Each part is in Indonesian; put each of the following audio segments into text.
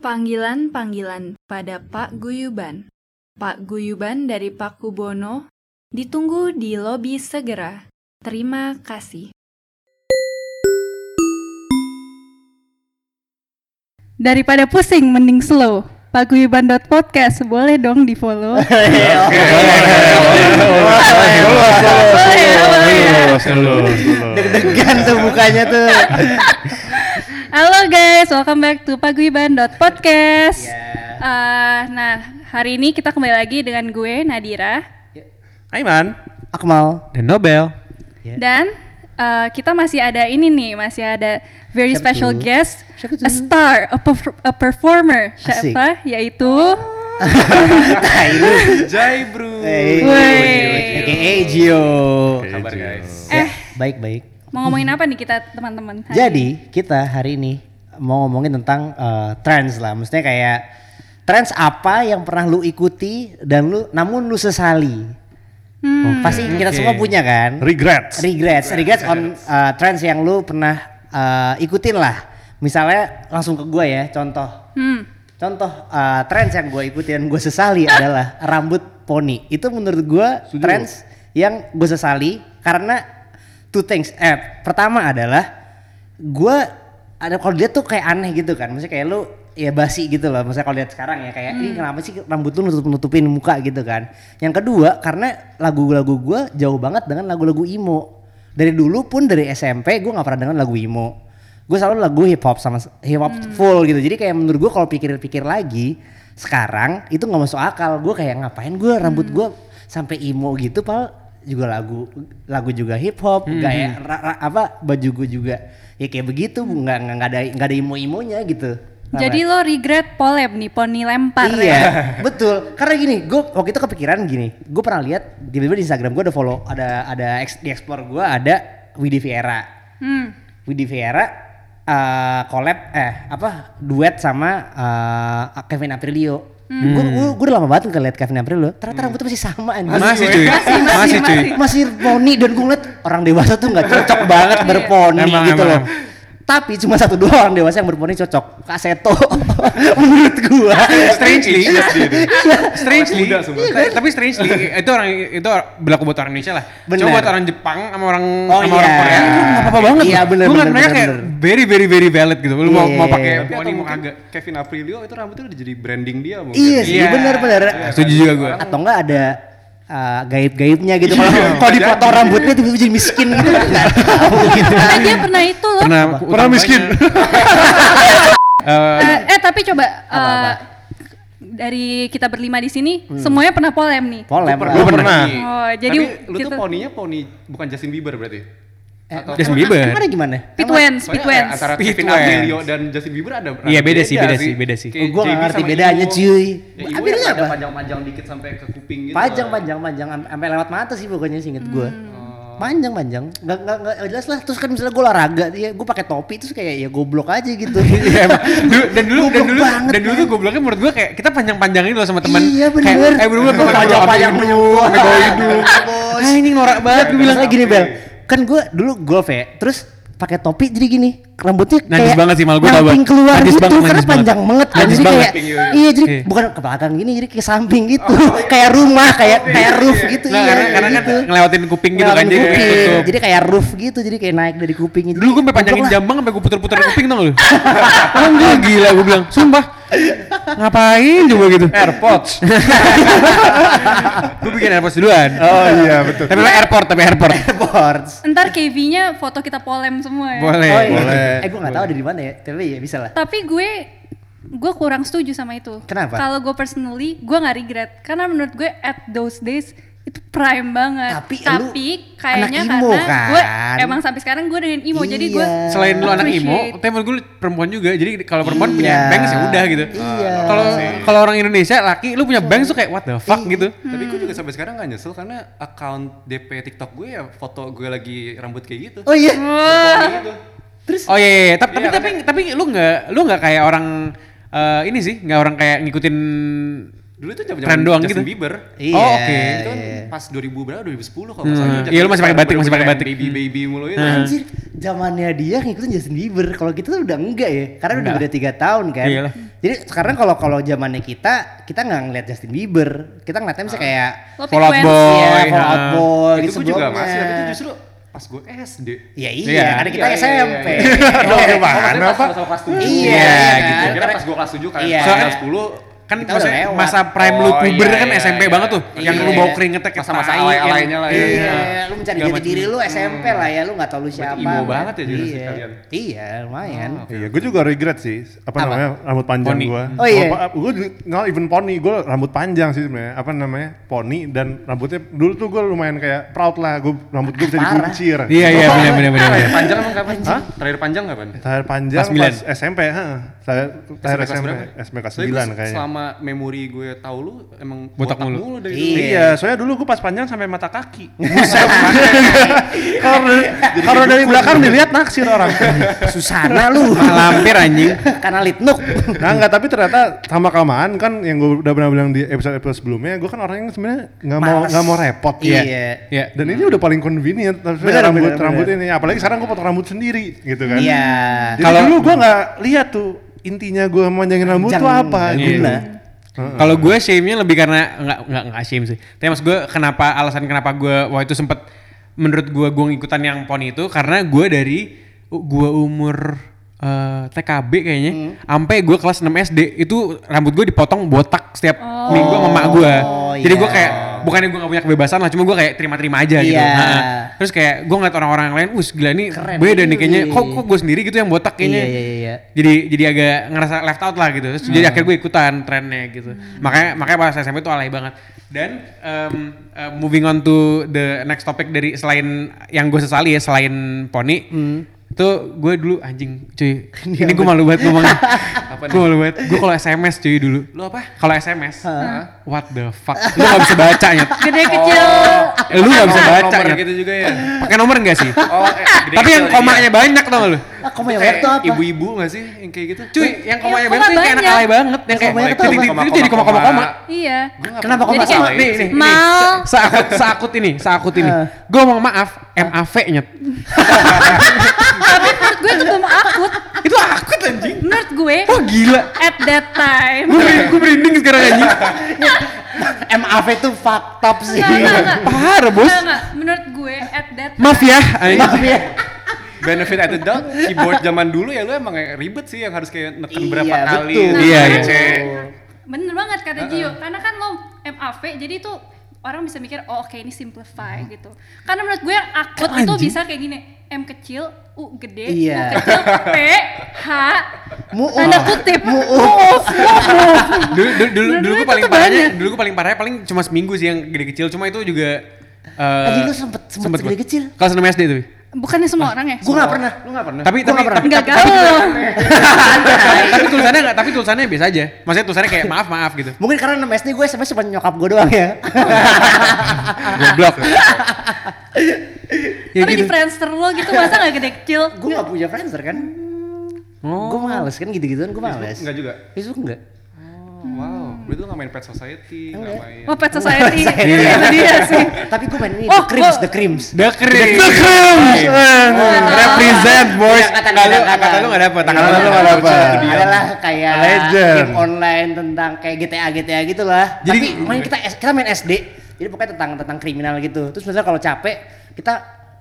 Panggilan-panggilan pada Pak Guyuban. Pak Guyuban dari Pak Kubono ditunggu di lobi segera. Terima kasih. Daripada pusing, mending slow. Paguyuban.podcast boleh dong di follow. Deg-degan tuh mukanya tuh. Halo guys, welcome back to Paguyuban.podcast. Iya. Eh, nah, hari ini kita kembali lagi dengan gue Nadira Aiman Akmal. dan Nobel. Iya. dan eh, kita masih ada ini nih, masih ada very Siapa special tuh? guest, Siapa a tuh? star, a, perf- a performer. Asik. Siapa? Yaitu Nah, ini. Jai bro Eh, Wey. AKA Gio. Kabar guys Ya, Eh. baik-baik. mau ngomongin apa nih kita teman-teman? hari ini? Jadi kita hari ini mau ngomongin tentang eh, trends lah. Maksudnya kayak trends apa yang pernah lu ikuti dan lu namun lu sesali. Pasti kita semua punya kan? Regrets Regrets, regrets on uh, trends yang lu pernah uh, ikutin lah. Misalnya langsung ke gue ya, contoh. Hmm. Contoh uh, trends yang gue ikutin gue sesali adalah rambut poni. Itu menurut gue trends yang gue sesali karena two things. Eh, pertama adalah gue ada kalau dia tuh kayak aneh gitu kan. Maksudnya kayak lu ya basi gitu loh. Maksudnya kalau lihat sekarang ya kayak ini kenapa sih rambut lu nutup nutupin muka gitu kan. Yang kedua karena lagu-lagu gue jauh banget dengan lagu-lagu emo. Dari dulu pun dari SMP gue nggak pernah dengar lagu emo. Gue selalu lagu hip hop sama hip hop full gitu. Jadi kayak menurut gue kalau pikir-pikir lagi sekarang itu nggak masuk akal. Gue kayak ngapain gue rambut gue sampai emo gitu pal juga lagu lagu juga hip hop gaya ra- ra- apa baju gue juga ya kayak begitu nggak nggak nggak ada nggak ada imo imonya gitu Paham Jadi ya? lo regret poleb nih, poni lempar. iya betul karena gini gue waktu itu kepikiran gini gue pernah lihat tiba-tiba di Instagram gue ada follow ada ada ex- di explore gue ada Widi Viera Hmm. Widi Viera eh collab eh apa duet sama eh, Kevin Aprilio. Hmm. Gue gue udah lama banget nggak liat Kevin Aprilio. Ternyata rambutnya masih sama anjing. Masih cuy, masih cuy. Masih poni dan gue ngeliat orang dewasa tuh nggak cocok banget Iya. berponi Emang, gitu loh. emang, Tapi cuma satu dua orang dewasa yang berponi cocok. Kak Seto menurut gua. Strangely, Iya, strangely, Muda semua. Iya, kan? Ta- tapi strangely itu orang itu berlaku buat orang Indonesia lah. Bener. Coba buat orang Jepang sama orang Oh sama iya. orang Korea itu nggak apa-apa banget. Iya, bener, Gua ngeliat bener, mereka bener, kayak bener. very very very valid gitu. Lu mau Iya. mau pakai Tapi poni atau mau mungkin kagak. Kevin Aprilio itu rambutnya udah jadi branding dia mungkin Iya sih Iya. benar-benar. Setuju juga gue. Atau enggak ada eh, gaib-gaibnya gitu Iya. kalau kalau dipotong rambutnya tiba-tiba jadi miskin gitu kan nggak tahu gitu. Tapi dia pernah itu loh. Pernah Pernah miskin Eh, Iya. Eh, eh, tapi coba eh, Apa-apa? dari kita berlima di sini Hmm. semuanya pernah polem nih. Polem. Gua lah. pernah. Oh, jadi Tapi lu tuh kita- poninya poni bukan Justin Bieber berarti? Justin Bieber. Gimana gimana? Pitwens, Soalnya eh, Pitwens. Antara Speed Kevin Wens. Aprilio dan Justin Bieber ada Iya, beda sih, beda sih, beda sih. Oh, gua nggak ngerti bedanya, cuy. Aprilio Aprilio ada apa? Iya, panjang-panjang dikit sampai ke kuping gitu panjang lah. panjang panjang am- sampai lewat mata sih pokoknya singkat gue Oh. panjang panjang nggak nggak nggak jelas lah terus kan misalnya gue olahraga ya gue pakai topi terus kayak ya goblok aja gitu Iya, emang. Dulu- dan dulu dan Goblok dulu banget, dan dulu tuh gobloknya menurut gua kayak kita panjang-panjangin loh sama teman. Iya, bener. Kayak, eh bener-bener gua gitu. Panjang- panjang sampai dulu. hidung, sampai bawah hidung. Bos. Ah, ini norak banget Terus gue bilang. misalnya gini bel kan gue dulu golf ya terus pakai topi jadi gini rambutnya kayak Najis banget sih, mal gua tau nyamping banget. keluar Najis gitu banget, karena najis banget. panjang banget kan Najis jadi banget. kayak iya jadi Iya. bukan ke belakang gini jadi ke samping gitu kayak rumah kayak kayak roof gitu Oh. Nah, iya karena, karena kan gitu. ngelewatin kuping gitu kan Ngelawan jadi kayak kuping. tutup. jadi kayak roof gitu jadi kayak naik dari kuping Dulu gue sampai panjangin Goblok lah. jambang sampai gue puter-puter kuping tau lu. Kan gue gila gue bilang, sumpah. Ngapain coba gitu? Airpods. gue bikin airpods duluan. Oh iya betul. Tapi lah airport, tapi airport. Airports. Ntar KV-nya foto kita polem semua ya. Boleh. Oh, iya. boleh. Eh gue gak tau ada di mana ya, tapi ya bisa lah. Tapi gue gue kurang setuju sama itu. Kenapa? Kalau gue personally gue nggak regret karena menurut gue at those days itu prime banget. Tapi lu kayaknya anak emo karena gue kan? emang sampai sekarang gue dengan emo jadi gue Iya. Selain lu anak emo, Appreciate. tapi menurut gue lu perempuan juga. Jadi kalau perempuan punya Iya. bangs ya udah gitu. Iya. Kalau kalau orang Indonesia laki lu punya bangs tuh kayak what the fuck gitu. Tapi gue juga sampai sekarang gak nyesel karena account DP TikTok gue ya foto gue lagi rambut kayak gitu. Oh iya, Kayak gitu. Oh iya, iya, iya. tapi tapi Iya, tapi, tapi lu nggak lu nggak kayak orang eh, ini sih, nggak orang kayak ngikutin Dulu itu zaman Tren doang gitu. Bieber. Iya, Oh, oke. Itu kan iya. pas 2000 berapa? 2010 kalau Hmm. nggak salah. Iya, lu masih pakai batik, masih pakai batik. Hmm. Baby baby mulu gitu. itu. Anjir, zamannya dia ngikutin Justin Bieber. Kalau kita tuh udah enggak ya, karena udah Enggak. Iya beda tiga tahun kan. Iyalah. Jadi sekarang kalau kalau zamannya kita, kita nggak ngeliat Justin Bieber, kita ngeliatnya misalnya kayak Lo Fall Out Pink Boy. Wentz. Iya, Fall nah. Out Boy itu gitu gue juga sebelumnya. masih, tapi itu justru pas gue SD. Ya iya, Iya. karena kita Iya, iya, iya, SMP. iya. Oh, Aduh, gimana, maksudnya pas Pak? masa kelas tujuh. Iya, gitu. kan? Gue kira pas gue kelas 7 kan, Iya. pas kelas 10 kan Kita masa udah lewat. masa prime lu Oh, puber iya, kan iya, SMP iya. banget tuh Iya. yang lu bawa keringetnya ke Masa-masa tai, alay-alaynya yang- lah, ya. iya. Iya, lu mencari Segala jati macam. diri lu SMP lah ya, lu nggak tahu lu siapa. emo banget ya generasi Iya. kalian. Iya, lumayan. Iya, gue juga regret sih. Apa, Apa? namanya rambut panjang Poni. gue. Oh, iya. Gue nggak even poni, gue rambut panjang sih sebenarnya. Apa namanya poni dan rambutnya dulu tuh gue lumayan kayak proud lah. Gue rambut gue bisa Parah. dikuncir. Iya iya benar benar benar. Terakhir panjang emang kapan? Terakhir panjang kapan? Terakhir panjang Kelas sembilan. pas SMP, heeh. Terakhir terakhir SMP, SMP kelas 9 kayaknya. Selama memori gue tahu lu emang Botak mulu. dari Iya. dulu. Iya, soalnya dulu gue pas panjang sampai mata kaki. Kalau Kalau dari belakang dilihat naksir orang. Susana lu. Malampir anjing. Karena litnuk. nah enggak tapi ternyata sama kamaan kan yang gue udah pernah bilang di episode episode sebelumnya gue kan orangnya sebenarnya nggak mau Males. nggak mau repot ya. Iya. Iya. dan ini udah paling convenient tapi Bener, rambut bener, rambut bener. ini apalagi sekarang gue potong rambut sendiri gitu kan Iya. jadi Kalau- dulu gue nggak lihat tuh intinya gue manjangin rambut tuh Jangan- Iya. apa jangan gitu guna. Kalau gue shame-nya lebih karena nggak nggak nggak shame sih. Tapi mas gue kenapa alasan kenapa gue wah itu sempet menurut gue gue ngikutan yang poni itu karena gue dari gue umur eh, TKB kayaknya, Hmm. sampai gue kelas 6 SD itu rambut gue dipotong botak setiap minggu sama emak gue. Oh, Jadi gue iya. kayak bukannya gue gak punya kebebasan lah, cuma gue kayak terima-terima aja gitu. Iya. Nah, terus kayak gue ngeliat orang-orang yang lain, us gila nih Keren. beda nih kayaknya. Iya. Kok kok gue sendiri gitu yang botak kayaknya Iya, iya, Hmm. iya. jadi jadi agak ngerasa left out lah gitu Terus jadi akhirnya gue ikutan trennya gitu Hmm. makanya makanya pas SMP itu alay banget dan em, eh, moving on to the next topic dari selain yang gue sesali ya selain poni Hmm. itu gue dulu anjing cuy Iya, ini gue malu banget ngomongnya gue malu banget gue kalau SMS cuy dulu Lu apa? kalau SMS what the fuck lu gak bisa baca nyet Gede kecil. Eh, lu gak bisa Nomor- baca nomor nyet gitu juga ya. pakai nomor gak sih Oh, eh, gede tapi yang kecil komanya dia. banyak tau gak lu Ah, kamu Itu yang kayak waktu apa? Ibu-ibu gak sih yang kayak gitu? Cuy, yang komanya Yang banyak tuh koma kayak anak banyak. alay banget yang kayak Komanya tuh titik apa? titik titik, itu jadi koma koma koma. Iya. Kenapa kok Jadi masalah? kayak- Nih, nih, nih. Mal. Se- Seakut, seakut ini, seakut ini. Eh. Gue mau maaf, MAV nyet. Tapi menurut gue itu belum akut. Itu akut anjing. Menurut gue Wah gila. at that time. Gue merinding, gua merinding sekarang anjing. MAV tuh fucked up sih. Enggak, enggak, enggak. Parah bos. Enggak, enggak. Menurut gue at that time. Maaf ya. anjing. Maaf Iya. ya. Benefit at the doubt, keyboard zaman dulu ya lu emang kayak ribet sih yang harus kayak neken Iya, berapa kali. gitu. betul. Iya, iya. ngecek. Bener banget kata Gio, karena kan lo MAV jadi itu orang bisa mikir oh oke ini simplify gitu. Karena menurut gue yang akut itu Anjing. bisa kayak gini M kecil, U gede, U Iya. kecil, P, H, Mu'uf. tanda kutip, Mu'uf. Dulu dulu dulu, Dulu dulu itu gue paling tuh parahnya, banyak. dulu gue paling parahnya paling cuma seminggu sih yang gede kecil, cuma itu juga eh, Tadi lu sempet- sempet gua. gede kecil? Kelas 6 SD tuh. Bukannya semua orang ya? Gue gak pernah. Lu gak pernah? Tapi Gua tapi nggak pernah. tapi Enggak tapi- gaul. tapi tulisannya enggak, tapi tulisannya biasa aja. Maksudnya tulisannya kayak maaf maaf gitu. Mungkin karena 6 SD gue sama cuma nyokap gue doang ya. Goblok. ya Tapi di gitu. Friendster lo gitu masa gak gede kecil? gue gak punya Friendster kan. Oh. Gue males kan gitu-gituan gue males. Enggak juga. Facebook enggak. Wow, berarti lu gak main Pet Society, gak main. Oh pet society, Society. itu dia sih. Tapi gue main ini Oh, The Crims, gua- The Crims. The Crims. The Iya. Represent boys. Angkatan, Kalau angkatan. angkatan lu enggak dapat, angkatan Angkatan lu enggak lu nggak dapat. dapet. Itu Iya, adalah kayak Legend. game online tentang kayak GTA GTA gitu lah. Jadi- Tapi main kita kita main SD. Jadi pokoknya tentang tentang kriminal gitu. Terus misalnya kalau capek kita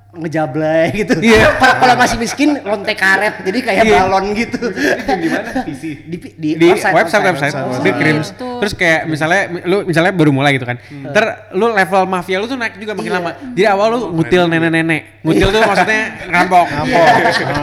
ngejablay gitu. Iya. Kalau kalau masih miskin lontek karet. Jadi kayak Iya. balon gitu. Itu game di mana? PC. Di Di website website website. The Crims. gitu. Terus kayak misalnya lu misalnya baru mulai gitu kan. Ter lu level mafia lu tuh naik juga makin lama. Jadi awal lu ngutil nenek-nenek. Ngutil tuh maksudnya ngerampok. Ngerampok.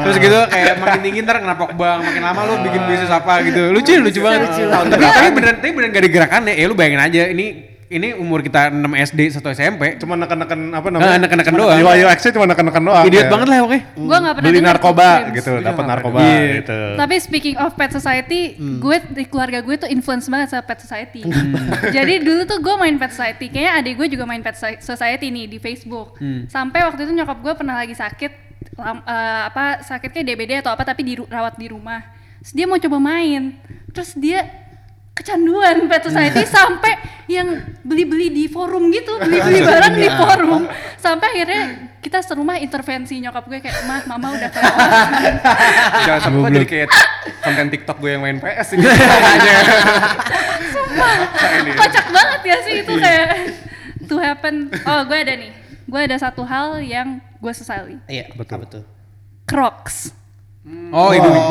Terus gitu kayak makin tinggi ntar ngerampok bang, makin lama lu bikin bisnis apa gitu. Lucu lucu banget. Lucu. Tapi tapi beneran tapi beneran gak ada gerakannya. Ya lu bayangin aja ini ini umur kita 6 SD 1 SMP. cuma neken-neken apa namanya Ah, neken-neken Cuma doang. Yo yo X-nya cuma neken-neken doang ya. Idiot kayak banget lah oke. Gue gak pernah beli dengar narkoba Pet Crims. gitu dapat nggak narkoba pernah. Iya. gitu Tapi speaking of Pet Society, gue di keluarga gue tuh influence banget sama Pet Society. Jadi dulu tuh gue main Pet Society, kayaknya adik gue juga main Pet Soci- Society nih di Facebook. Sampai waktu itu nyokap gue pernah lagi sakit, lam- eh, apa sakit kayak DBD atau apa tapi dirawat di rumah. Terus dia mau coba main, terus dia kecanduan Pet Society sampai yang beli-beli di forum gitu, beli-beli barang di forum. Sampai akhirnya kita serumah intervensi nyokap gue kayak, "Mah, mama udah kayak Jangan sampai jadi kayak konten TikTok gue yang main PS ini aja. kocak banget ya sih Iya. itu kayak to happen oh gue ada nih gue ada satu hal yang gue sesali Iya, betul. betul. Crocs Oh, itu gue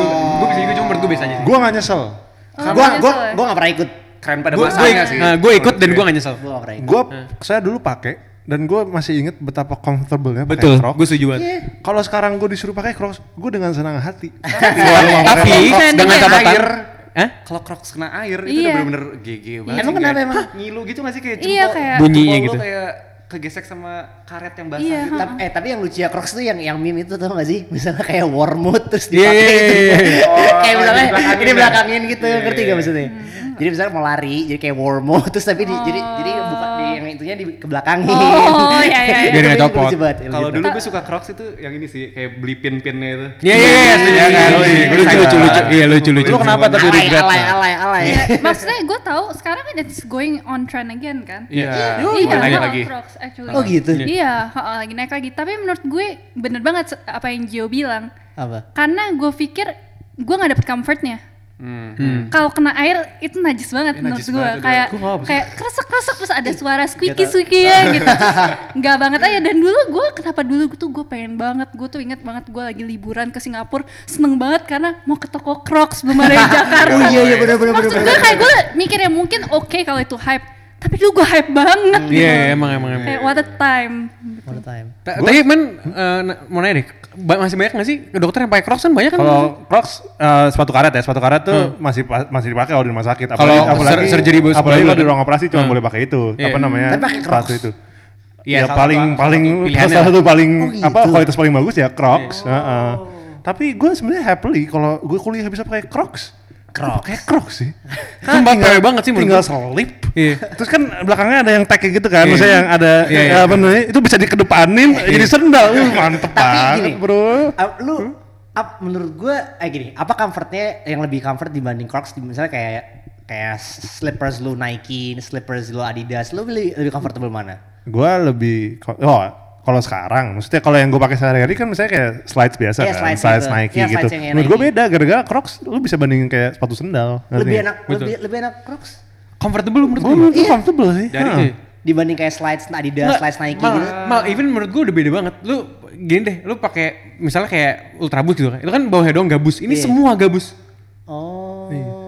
gue bisa gue cuma berdua biasa aja. Gua nggak nyesel. Oh, gua nyesel gua ya? gua nggak pernah ikut. Keren pada Gue masanya sih. gue Nah, ikut dan gue gak nyesel. Gua nggak pernah ikut. Gua saya dulu pakai dan gue masih inget betapa comfortable-nya pakai Betul, Crocs. gue setuju banget. Kalau sekarang gue disuruh pakai Crocs, gue dengan senang hati. Tapi Crocs Iya, dengan kena catatan, air. Hah? Kalau Crocs kena air Iya. itu udah bener-bener GG Emang banget. sih, kenapa kayak emang? Ngilu gitu gak sih kayak Iya, kayak- Bunyinya jempol lu gitu. kayak kegesek sama karet yang basah Iya, gitu. Tapi, eh tapi yang lucu ya Crocs tuh yang yang meme itu tau gak sih? Misalnya kayak warm mood terus Iya, dipakai iya, gitu. iya, iya. kayak Oh, misalnya dibelakangin ini ya. belakangin gitu, ngerti gak maksudnya? Jadi misalnya mau lari jadi kayak warm mood terus tapi di, jadi jadi buka di yang itunya di kebelakangin. Oh, iya, iya, iya. Biar nggak Itu lucu copot. banget, lucu Kalau banget. dulu gue suka Crocs itu yang ini sih kayak beli pin-pinnya itu. Iya iya iya, setuju Iya, kan. iya, iya. Lucu lucu lucu. Iya lucu lucu. Iya. Lu kenapa tapi alay alay alay alay. Iya. Ya, maksudnya gue tahu sekarang kan it's going on trend again kan Iya. Iya, lagi oh, lagi. Crocs actually. Oh gitu. Iya, oh, oh, lagi naik lagi. Tapi menurut gue bener banget se- apa yang Gio bilang. Apa? Karena gue pikir gue nggak dapet comfortnya. Hmm. Kalau kena air itu najis banget Iya, menurut najis gue. banget, Kayak udah. Gua nggak bisa. Iya. kayak kresek kresek terus ada suara squeaky squeaky ya gitu. Terus Nggak banget aja. Dan dulu gue kenapa dulu tuh gue pengen banget. Gue tuh inget banget gue lagi liburan ke Singapura seneng banget karena mau ke toko Crocs belum ada di Jakarta. Oh iya iya benar benar benar. Maksud gue kayak gue mikir ya mungkin oke kalau itu hype, tapi dulu gue hype banget. gitu. Iya iya, emang emang emang. Kayak what a time. One time. Ta- Tapi men eh, na- mau nanya deh, ba- masih banyak gak sih dokter yang pakai Crocs kan banyak kan? Kalau Crocs eh, sepatu karet ya, sepatu karet tuh masih pa- masih dipakai kalau di rumah sakit. Kalau sur- surgery bu- apalagi sebelum kalau di ada- ruang operasi cuma Hmm. boleh pakai itu. Iya. Apa namanya? Tapi pakai sepatu Crocs. itu. Iya, Ya, salah paling satu- paling satu pilihannya salah satu paling Oh, apa gitu. kualitas paling bagus ya Crocs. Heeh. Tapi gue sebenarnya happily kalau gue kuliah bisa pakai Crocs. Crocs. Pakai Crocs sih. Kan Sumpah keren banget sih menurut Kan Tinggal gue. selip. Iya. Terus kan belakangnya ada yang tag gitu kan, Iya. maksudnya yang ada Iya, ya, iya. apa namanya? Itu bisa dikedepanin jadi sendal. Uh, Iya. mantep Tapi banget, gini, Bro. ap- lu Hmm? ap- menurut gue eh gini, apa comfortnya yang lebih comfort dibanding Crocs di- misalnya kayak kayak slippers lu Nike, slippers lu Adidas, lu lebih, lebih comfortable mana? Gua lebih oh kalau sekarang maksudnya kalau yang gue pakai sehari-hari kan misalnya kayak slides biasa Iya, kan slides slides gitu. Nike Iya, gitu slides yang kayak menurut gue Nike. beda gara-gara Crocs lu bisa bandingin kayak sepatu sendal ngerti lebih nggak? enak Iya. Betul. lebih lebih enak Crocs Comfortable menurut gue gue. menurut gue comfortable sih Nah. Dari Heeh. dibanding kayak slides Adidas, slides Nike mal, gitu. mal, even menurut gue udah beda banget. Lu gini deh, lu pakai misalnya kayak ultrabus gitu kan. Itu kan bawahnya doang gabus. Ini Iya. semua gabus. Oh.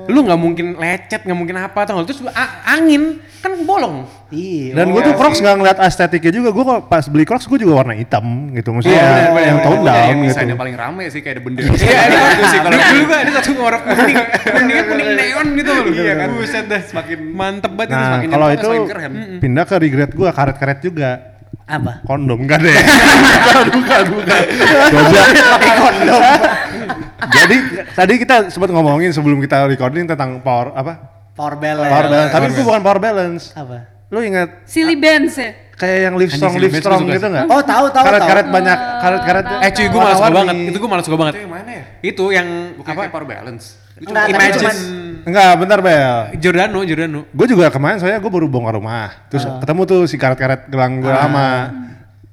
Lu nggak mungkin lecet, nggak mungkin apa tau nggak? Terus a- angin kan bolong. Iya. dan gue tuh Crocs nggak ngeliat estetiknya juga gue kok pas beli Crocs gue juga warna hitam gitu Iya, maksudnya ya, benar, benar, yang benar. tone Gua nyari down yang gitu desainnya paling rame sih kayak ada bendera. Iya, Iya, itu itu sih kalau dulu gua ada satu warna kuning, kuningnya kuning neon gitu loh. Iya kan. Buset dah, semakin mantep banget ini nah semakin kalau nyentuh, itu semakin keren. pindah ke regret gue karet-karet juga apa? kondom gak deh bukan bukan bukan Pakai kondom. jadi tadi kita sempat ngomongin sebelum kita recording tentang power apa Power balance. Power balance. Tapi itu bukan power balance. ya. Apa? Lu ingat Silly bands ya. kayak yang live Anjing, strong, Slim live Fast strong gua suka gitu nggak? Oh, tahu tahu karet-karet tahu. banyak, karet-karet. tahu, Eh cuy, gue malah suka warna-warni. banget. Itu gue malah suka banget. Itu yang mana ya? Itu yang Bukan apa? kayak power balance. Itu Enggak, tapi Imagine cuman- Enggak, bentar Bel. Giordano, Giordano. Gue juga kemarin soalnya gue baru bongkar rumah, terus ketemu tuh si karet-karet gelang gue lama.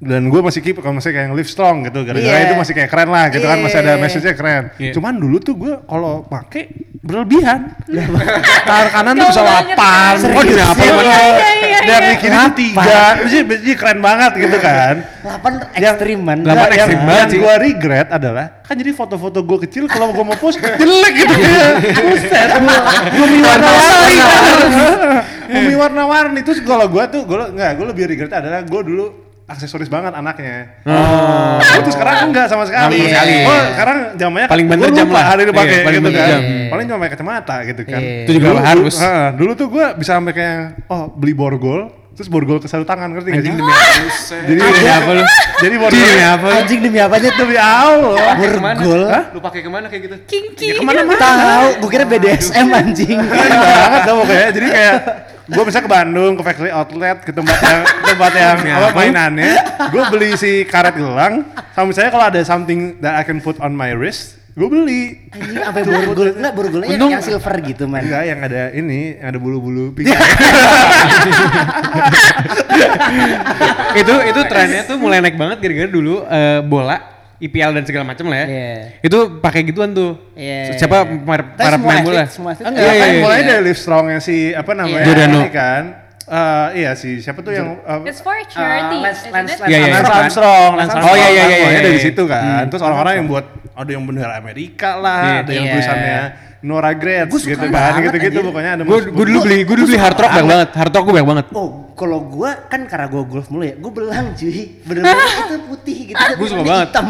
Dan gue masih keep kalau masih kayak yang live strong gitu, gara-gara Iya. itu masih kayak keren lah gitu kan, masih ada Iya. message-nya keren. Iya. Cuman dulu tuh gue kalau pakai berlebihan. Tangan kanan tuh bisa Gaul banget. lapan, Serius? oh di apa Iya, mana? iya, iya, Dan iya. di kiri tuh tiga, Maksudnya- maksudnya keren banget gitu kan. Lapan ekstrim man. Nah, yang, ekstrim banget sih. gue regret adalah kan jadi foto-foto gue kecil kalau gue mau post jelek gitu ya. Buset, gue mie warna-warni. Gue mie warna-warni. Terus kalau gue tuh, gue nggak, gue lebih regret adalah gue dulu aksesoris banget anaknya. Oh. Itu sekarang enggak sama sekali. Sama sekali. Gua sekarang jamnya Paling gua bener jam lupa lah. Hari dipakai Iya, paling gitu bener kan. jam. Paling cuma pakai kacamata gitu kan. Iya. Itu juga harus. heeh, dulu tuh gue bisa sampai kayak oh beli borgol, terus borgol ke satu tangan ngerti nggak sih? Jadi Jadi apa lu? Iya. jadi Jadi borgol apa? Anjing demi apa aja tuh? demi Allah. Burgol. Lu pakai kemana kayak gitu? Kinky. Iya, Tahu, gue kira BDSM anjing. Keren banget tau kayak jadi kayak gue bisa ke Bandung ke factory outlet ke tempat yang tempat yang Ya apa mainannya gue beli si karet gelang sama misalnya kalau ada something that I can put on my wrist gue beli Anjing apa borgol? Enggak borgolnya yang, Untung- Iya. yang silver gitu man. enggak yang ada ini yang ada bulu-bulu pink itu itu trennya tuh mulai naik banget gara-gara dulu eh, bola IPL dan segala macam lah ya. Iya. Itu pakai gituan tuh. Iya. Siapa para, Tapi semua para pemain atlet- bola? semua atlet- Enggak, Iya, kan iya, mulai iya. dari live strongnya si apa namanya Giordano. ini kan. Eh, iya si siapa tuh yang eh, It's for charity. Lance- isn't Lance- it? Lance- Iya, iya. Lance Armstrong. Armstrong, Lance Lance Armstrong Oh, iya, iya, kan iya, mulainya iya, dari iya. situ kan. Terus orang-orang yang buat ada yang bendera Amerika lah, Iya. ada yang Iya. tulisannya No regrets Gua suka gitu kan, banget, gitu-gitu anjir. pokoknya ada. Gue gue dulu beli gue dulu beli hard rock banyak banget. Hard rock gue banyak banget. Oh, kalau gua kan karena gua golf mulu ya, gua belang cuy. Bener-bener itu putih gitu. Gue suka tapi banget. Hitam.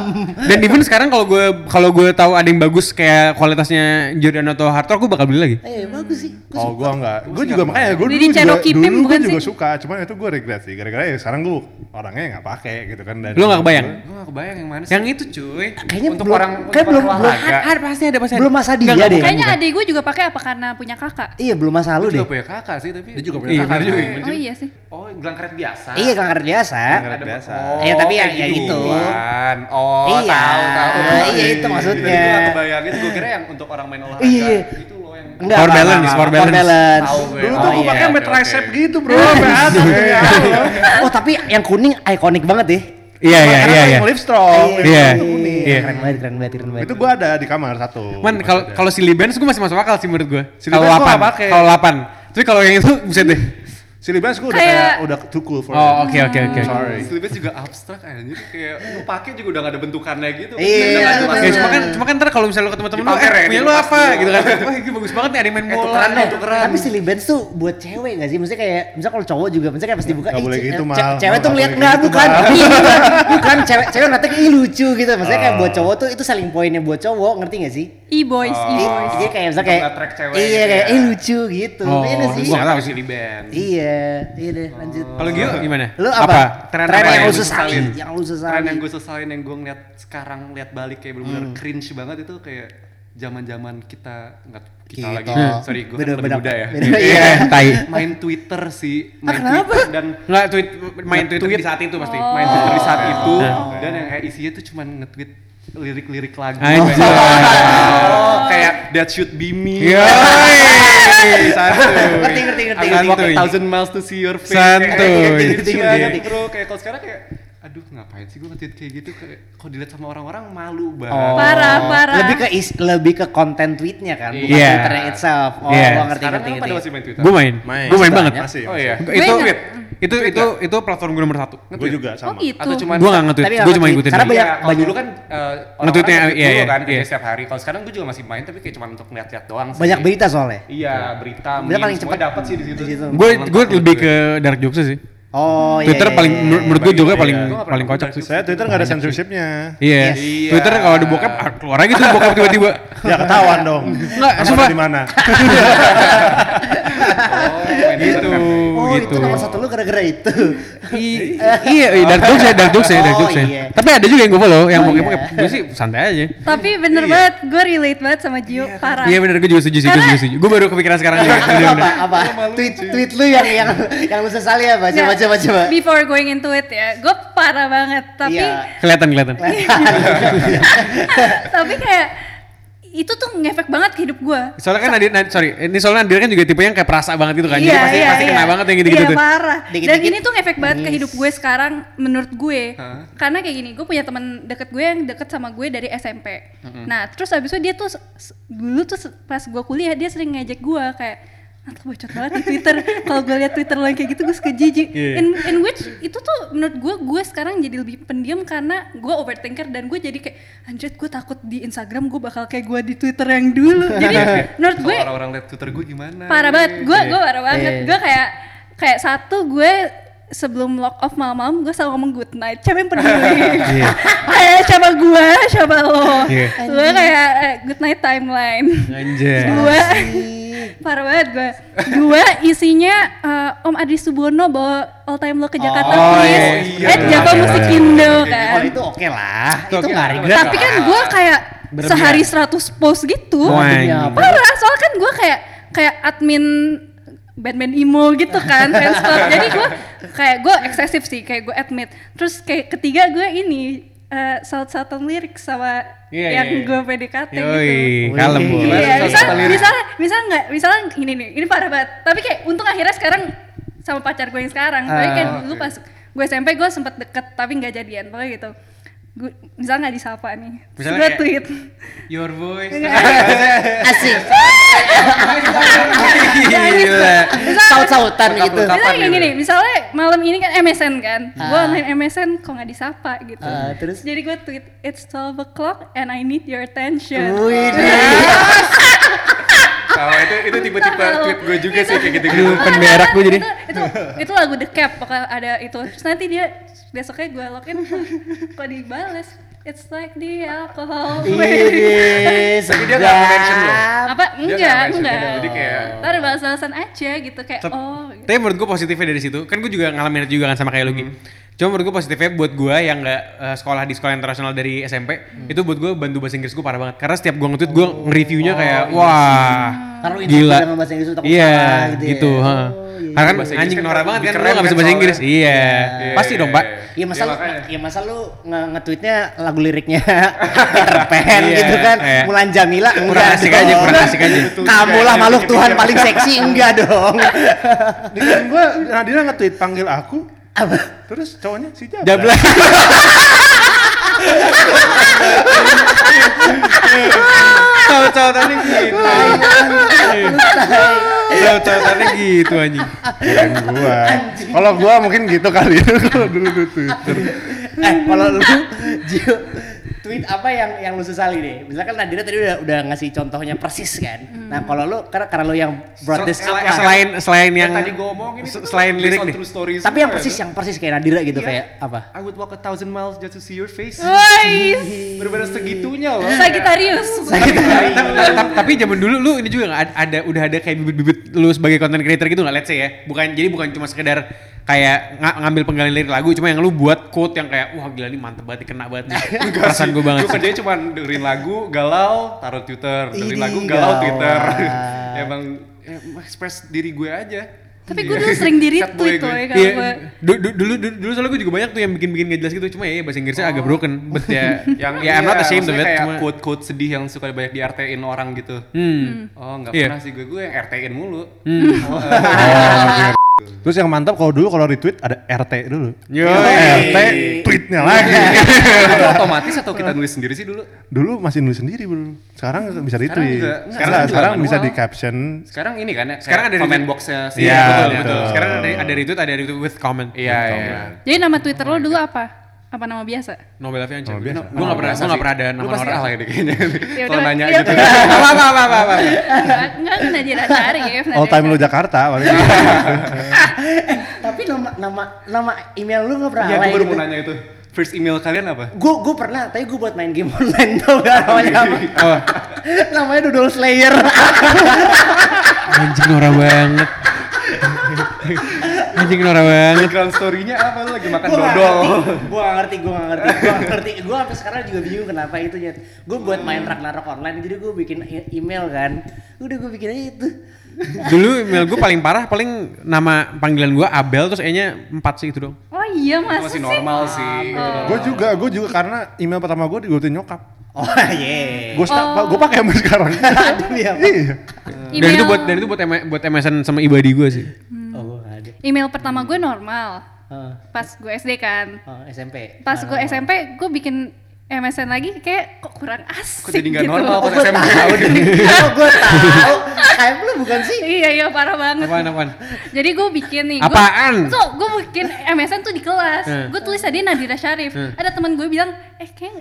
Dan even sekarang kalau gue kalau gue tahu ada yang bagus kayak kualitasnya Jordan atau hard rock gue bakal beli lagi. Eh, bagus sih. Gua Oh gue enggak, gue juga makanya gue Jadi dulu juga, Cherokee Pimp dulu gue bukan juga sih? suka, cuman itu gue regret sih, gara-gara ya sekarang gue orangnya nggak pakai gitu kan. Dan Lu nggak kebayang? Gue gak kebayang yang mana sih. Yang itu cuy. Kayaknya Untuk belum, orang- untuk kayak orang belum, belum, olahraga. Agak. Ada pasti ada pasti. belum masa dia Enggak, deh. Kayaknya bukan. adik gue juga pakai apa karena punya kakak? Iya, belum masa lu Gue deh. juga punya kakak sih tapi. Dia juga punya punya kakak. kakak. Iya. Oh iya sih. Oh gelang karet biasa. Iya, kanker biasa. Nggak biasa. Iya, tapi ya, Oh, yang- yang kayak gitu. itu. gituan. Oh Iya. tahu tahu. Nah, iya, itu maksudnya. Jadi gue gak kebayang itu gue kira yang untuk orang main olahraga. Iya, iya. Itu loh yang. Enggak, Power enggak, balance, enggak, power enggak, balance. Tahu gue. Dulu Oh, tuh gue iya, pakai oke, Iya, metro oke. tricep gitu bro, sampai atas. ya Allah. Oh, tapi yang kuning ikonik banget deh. Iya iya Karena iya paling iya. Live strong, live Iya. strong tuh kuning. Iya. Keren banget, keren banget, keren banget. Itu gue ada di kamar satu. Man kalau kalau si Libens gue masih masuk akal sih menurut gue. Si Kalau Libens gua lapan, nggak pakai. kalau lapan. Tapi kalau yang itu buset deh. Silibas gue udah Kayak- kayak udah too cool for it. Oh oke oke oke. Sorry. Sleeveless juga abstrak anjir kayak lu pakai juga udah gak ada bentukannya gitu. Iya, Udah nggak bener. ada Ya, masalah. cuma kan cuma kan ntar kalau misalnya lu ketemu temen lu, Dipakai, eh Re, punya lu dilepas apa dulu. gitu kan? Wah ini bagus banget nih ada yang main bola. tukeran deh, Eh, tukeran. Tapi silly bands tuh buat cewek gak sih? Maksudnya kayak, misalnya kalau cowok juga, maksudnya kayak pas dibuka, Nggak ih, boleh ce- gitu, ce- Mal. Cewek tuh Nggak ngeliat, boleh nggak gitu, bukan, Mal. Ih, bukan, bukan, cewek, cewek ngeliatnya kayak "Ih, lucu gitu. Maksudnya kayak buat cowok tuh itu selling pointnya buat cowok, ngerti gak sih? E-boys, Oh, e-boys. Jadi iya, kayak misalnya kayak, nge-attract cewek iya gitu kayak, ya. eh lucu gitu. Oh, Iya nggak sih? gua nggak tahu sih Libens. Iya, iya deh lanjut. Kalau Gio gimana? Lu apa? Tren, Tren, Oh. apa yang yang lu lu sesalin. sesalin? Yang lu sesalin. Tren yang gue sesalin yang gue ngeliat sekarang lihat balik kayak bener-bener Hmm. cringe banget itu kayak zaman-zaman kita nggak kita, lagi sorry gue kan Gitu. Beda- lebih beda- muda ya beda- Iya, tai. main Twitter sih main Ah, Twitter dan Nggak tweet main Twitter di saat itu pasti. Oh. main Twitter di Iya. saat itu Iya. dan yang kayak isinya tuh cuman nge-tweet lirik-lirik lagu Anjay. Oh, kayak that should be me Iya. Yoi. Ngerti, ngerti, ngerti. I walk a Santuy. thousand miles to see your face. Santuy. Kayak gitu, Santuy. gitu banget, bro. Kayak kalau sekarang kayak aduh ngapain sih gue nge-tweet kayak gitu kayak kalau dilihat sama orang-orang Oh. malu banget. Parah, parah. Oh. Lebih ke is, lebih ke konten tweetnya kan, bukan Iya. twitternya itself. Oh, Iya. gua ngerti, Sekarang ngerti, kan ngerti. pada masih main Twitter. Gue main. Gue main banget. Masih. Oh iya. Itu Gue itu itu itu, itu platform gue nomor satu. Gue juga Oh sama. gitu. Atau cuman Gue nggak nge-tweet, Tapi nggak gue cuma nge-tweet. ngikutin. Karena dia. Iya, Banyak- kalau dulu banyak- kan eh, Nge-tweetnya, orang-orang iya, dulu iya, kan iya. kayak setiap hari. Kalau sekarang gue juga masih main tapi kayak cuma untuk ngeliat-liat doang sih. Banyak berita soalnya. Iya, berita. Berita paling semua cepat dapat sih di situ. di situ. Gue Lengkap gue menurut lebih gue. ke Dark Jokes sih. Oh, iya, Twitter iya, paling iya, iya. menurut gue juga Iya. paling Gua nggak paling pernah kocok sih. Saya Twitter nggak ada censorshipnya. Iya. Yes. Twitter kalau ada bokep ah, keluar aja gitu bokep tiba-tiba. Ya ketahuan dong. Nggak, Nomor sumpah. di mana? Oh, main Gitu. Twitter. Oh, gitu. itu nomor satu lu gara-gara itu. I- iya, iya, dark jokes ya, dark jokes ya, dark Oh, jokes ya. iya. Tapi ada juga yang gue follow, yang Oh, bokep iya. bokep. Gue sih santai aja. Tapi bener banget, gue relate banget sama Gio, parah. Iya benar gue juga setuju sih, gue Karena- setuju, setuju. Gue baru kepikiran sekarang juga. apa apa? apa? Tweet tweet lu yang yang yang lu sesali apa? Coba Nggak, coba coba. Before going into it ya, gue parah banget. Tapi Iya. Kelihatan kelihatan. tapi kayak itu tuh ngefek banget ke hidup gue. Soalnya kan Nadir, Nadir- sorry, ini soalnya Nadir kan juga tipe yang kayak perasa banget gitu kan. Jadi Iya, pasti iya, pasti iya. kena banget yang gitu-gitu Iya, tuh. parah. Dan Dikit-dikit. ini tuh ngefek banget ke hidup gue sekarang menurut gue. Hah? Karena kayak gini, gue punya teman deket gue yang deket sama gue dari SMP. Nah, terus abis itu dia tuh se- se- dulu tuh se- pas gue kuliah dia sering ngejek gue kayak Nat lu bacot banget di Twitter. Kalau gue liat Twitter lo yang kayak gitu gue suka jijik. Iya. In, in which itu tuh menurut gue gue sekarang jadi lebih pendiam karena gue overthinker dan gue jadi kayak anjir gue takut di Instagram gue bakal kayak gue di Twitter yang dulu. Jadi menurut Kalau gue orang-orang lihat Twitter gue gimana? parah banget gue gue parah banget Iya. gue kayak kayak satu gue sebelum lock off malam-malam gue selalu ngomong good night siapa yang peduli kayak siapa gue siapa lo Iya. gue kayak eh, good night timeline Anjay. gue parah banget gue gue isinya eh, Om Adi Subono bawa all time lo ke Jakarta Oh, please iya, at iya, Java iya, Musik iya. Indo Oh, kan itu oke lah. Itu oke enggak lah. regret. tapi kan gue kayak Berlebihan. sehari 100 post gitu Wah, parah soalnya kan gue kayak kayak admin band-band emo gitu kan fans club jadi gue kayak gue eksesif sih kayak gue admit terus kayak ketiga gue ini eh south southern lyrics sama Iya, yang iya, iya. gue PDKT Yoi, gitu kalem bu. Gimana Iya, tuh misal, South Southern Lyrics? misalnya, misalnya nggak, misalnya ini nih, ini parah banget. Tapi kayak untung akhirnya sekarang sama Ah, pacar gue yang sekarang. Tapi kan dulu pas gue SMP gue sempet deket tapi nggak jadian, pokoknya gitu. Gue misalnya nggak disapa nih. Misalnya Gue kayak- tweet. Your voice. Asik. Gila. Misalnya- Saut-sautan gitu. Kapan Misalnya kayak gitu? gini, misalnya malam ini kan MSN kan, gue Ah. main MSN kok nggak disapa gitu. Ah, terus? Jadi gue tweet, it's 12 o'clock and I need your attention. Wih, Kalau itu itu tipe-tipe tweet gue juga sih kayak gitu-gitu. Penderak gue jadi. Itu, itu, itu lagu The Cap, pokoknya ada itu. Terus nanti dia besoknya gue login, "Hah, kok dibales? It's like the alcohol. Iya, Ih, Tapi dia nggak mention loh. Iya, Apa? Dia nggak Enggak, mention enggak. itu, jadi kayak- Ntar balas-balasan aja gitu kayak Tep- oh. gitu. Tapi menurut gue positifnya dari situ, kan gue juga ngalamin itu juga kan sama kayak Lugi. Cuma menurut gue positifnya buat gue yang nggak eh, sekolah di sekolah internasional dari SMP, itu buat gue bantu bahasa Inggris gue parah banget. Karena setiap gue nge-tweet gue nge-reviewnya kayak wah Karena lu interview gila. dengan bahasa Inggris lu takut Iya, salah gitu gitu. ya. ha. Karena kan Bahasa Inggris anjing kan norak lebih banget kan, keren lu nggak kan bisa bahasa soalnya. Inggris. Iya, pasti dong pak. Iya masa Ya, lu, makanya. ya masa lu nge- nge-tweetnya lagu liriknya Peter Pan Iya, gitu kan iya. Mulan Jamila enggak asik aja, dong. kurang asik aja. Kamu lah makhluk Tuhan paling seksi enggak dong Dengan gue Nadira nge-tweet panggil aku, Apa? terus cowoknya si Jabla. Jabla. Cowok-cowokannya gitu. Iya, Cowok-cowokannya gitu anjing. Kirain gua. Kalau gua mungkin gitu kali ya kalau dulu tuh Twitter. Eh kalau lu Gio tweet apa yang yang lu sesali deh? Misalkan Nadira tadi udah udah ngasih contohnya persis kan. Nah, kalau lu karena karena lu yang brought this up Sel- lah. selain selain yang tadi gue omongin itu tuh selain based lirik on nih. true story tapi semua yang ya, persis tuh. yang persis kayak Nadira gitu Iya. kayak apa? I would walk a thousand miles just to see your face. Iya. Wais, Bener-bener segitunya loh. Sagittarius. Tapi- tapi- tapi zaman dulu lu ini juga nggak ada, ada udah ada kayak bibit-bibit lu sebagai content creator gitu nggak let's say ya bukan jadi bukan cuma sekedar kayak nga- ngambil penggalian lirik lagu cuma yang lu buat quote yang kayak wah gila ini mantep banget nih, kena banget nih perasaan gue banget Gue sih. kerjanya cuma dengerin lagu, galau, taruh Twitter. Dengerin Ini lagu, galau, galau. Twitter. Emang ya, express diri gue aja. Tapi gue dulu sering di Chat Iya. boy retweet gue. loh ya kalau Iya, gue. du- du- dulu dulu dulu soalnya gue juga banyak tuh yang bikin-bikin gak jelas gitu cuma ya bahasa Inggrisnya agak broken but ya yang ya I'm not ashamed iya, maksudnya of it kayak cuma quote-quote sedih yang suka banyak di RT-in orang gitu. hmm. Oh nggak Iya. Hmm. pernah sih gue, gue yang RT-in mulu. Oh, iya. Terus yang mantap kalau dulu kalau retweet ada RT dulu. Yo, RT tweetnya lagi. Itu otomatis atau kita nulis sendiri sih dulu? Dulu masih nulis sendiri bro. Sekarang bisa retweet. juga- enggak, Sekarang sekarang, sekarang juga bisa manual. di caption. Sekarang ini kan ya, kayak Sekarang ada comment retweet. box-nya sih. Iya, Iya, betul, betul. betul. Sekarang ada ada retweet, ada retweet with comment. Iya, iya. Jadi nama Twitter lo dulu apa? Apa nama biasa? Nobel Avi Anca. Nobel biasa. Gue gak pernah, gue gak pernah ada nama Lu pasti orang. alah ya deh kayaknya. Kalau udah, nanya iya. gitu. Apa apa apa apa. apa. Enggak, enggak kan Nadira Syarif. All time lu Jakarta paling. Tapi nama nama nama email lu nggak pernah Iya, gue alay baru gitu. mau nanya itu. First email kalian apa? Gue gue pernah, tapi gue buat main game online tau gak namanya apa? Oh, namanya Doodle Slayer. anjing norak banget. anjing norak banget. Background story-nya apa? Lu lagi makan Gua nggak Kan dodol. ngerti, Gue gak ngerti, gue gak ngerti, gue gak ngerti. Gue sampai sekarang juga bingung kenapa itu nyet. Gue buat main Hmm. Ragnarok online, jadi gue bikin e- email kan. Udah gue bikin aja itu. Dulu email gue paling parah paling nama panggilan gue Abel terus E-nya 4 sih gitu itu dong. Oh iya Itu masa Masih sih? normal sih. gue juga, gue juga karena email pertama gue digurutin nyokap. Oh iya. Gue gue pakai sampai sekarang. Demi apa? Iya. Dan Email, itu buat dan itu buat M- buat MSN sama Ibadi gue sih. Oh gue gak ada. email pertama gue normal. Oh, Pas gue SD kan. oh, SMP. Pas Ah, gue normal. SMP gue bikin MSN lagi kayak kok kurang asik Kok jadi nggak gitu. normal Oh pas gue SMP? tau deh. Oh gue tau. Kayak lu bukan sih? Iya iya parah banget. Apaan apaan? Jadi gue bikin nih. Apaan? Gua, tuh gue bikin MSN tuh di kelas. Hmm. Gue tulis tadi Nadira Syarif. Hmm. Ada teman gue bilang, eh kayak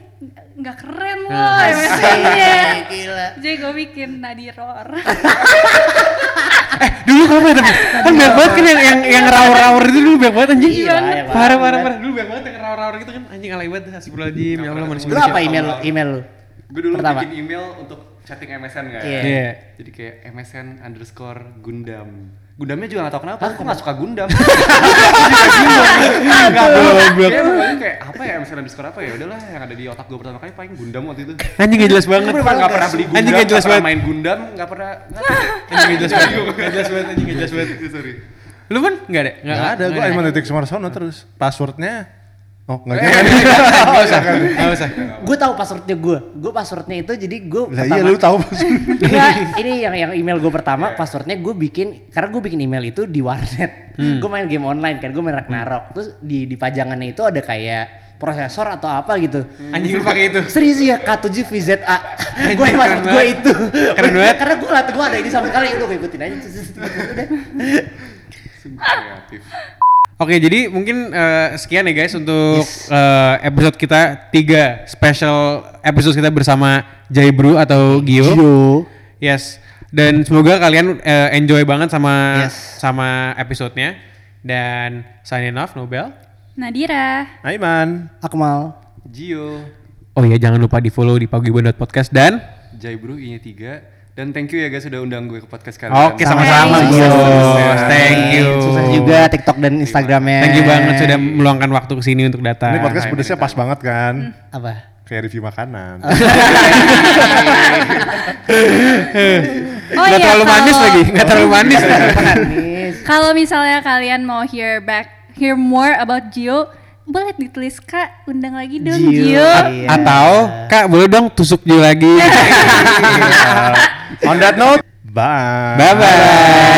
nggak keren loh Hmm. MSN-nya. Gila. Jadi gue bikin Nadiror. Dulu kamu ada kan banyak banget kan yang yang, yang raur-raur itu dulu banyak banget anjing. Iya, iya, parah parah banget. parah. Dulu banyak banget yang raur-raur gitu kan anjing alay banget astagfirullahaladzim ya Allah manusia. Lu apa Iya? email lu- email lu? Gue dulu Pertama. bikin email untuk chatting MSN kan. Iya. Iya. Jadi kayak MSN underscore Gundam. Gundamnya juga gak tau kenapa, aku gak suka Gundam. Iya, Enggak goblok. Kayak pokoknya kayak apa ya MSN underscore apa ya? Udahlah yang ada di otak gue pertama kali paling Gundam waktu itu. Anjing gak jelas banget. Gue gak pernah beli Gundam, Anjing nggak gak jelas pernah banget. main Gundam, gak pernah. nggak Anjing gak jelas banget. Gak jelas banget anjing gak jelas banget. tahu. Sorry. Lu pun enggak ada? Gak ada, gue Iman Detik Sumarsono terus passwordnya Oh gak ada Enggak usah. Enggak usah. Gue tahu passwordnya gue. Gue passwordnya itu jadi gue Lah iya lu tahu password Enggak, ini yang yang email gue pertama, Iya. passwordnya gue bikin karena gue bikin email Hmm. itu di warnet. Gue main game online kan, gue main Ragnarok. Terus di di pajangannya itu ada kayak prosesor atau apa gitu. Anjing lu pakai itu. Serius ya K7 VZA. gue maksud keren gue banget. itu. Keren banget. Karena gue latih gue ada ini sama sekali udah gue ikutin aja. Udah. kreatif Oke, jadi mungkin eh, sekian ya guys untuk eh, episode kita tiga special episode kita bersama Jai Bru atau Gio. Yes. Dan semoga kalian eh, enjoy banget sama Yes. sama episodenya. Dan signing off Nobel. Nadira. Nah, Aiman. Akmal. Gio Oh iya jangan lupa di follow di Paguyuban Podcast dan Jai Bro I nya 3 dan thank you ya guys udah undang gue ke podcast kalian oke sama-sama Sukses. bos. Sukses. Thank you. Sukses juga TikTok dan Instagramnya. Thank you banget sudah meluangkan waktu kesini untuk datang. Ini podcast pedesnya pas banget kan. apa? Kayak review makanan. Iya. Oh Nggak terlalu manis kalau- lagi, nggak terlalu manis. Kalau misalnya kalian mau hear back, hear more about Gio, boleh ditulis kak, undang lagi dong Gio. Iya. Atau kak boleh dong tusuk dia lagi. On that note, bye. Bye bye.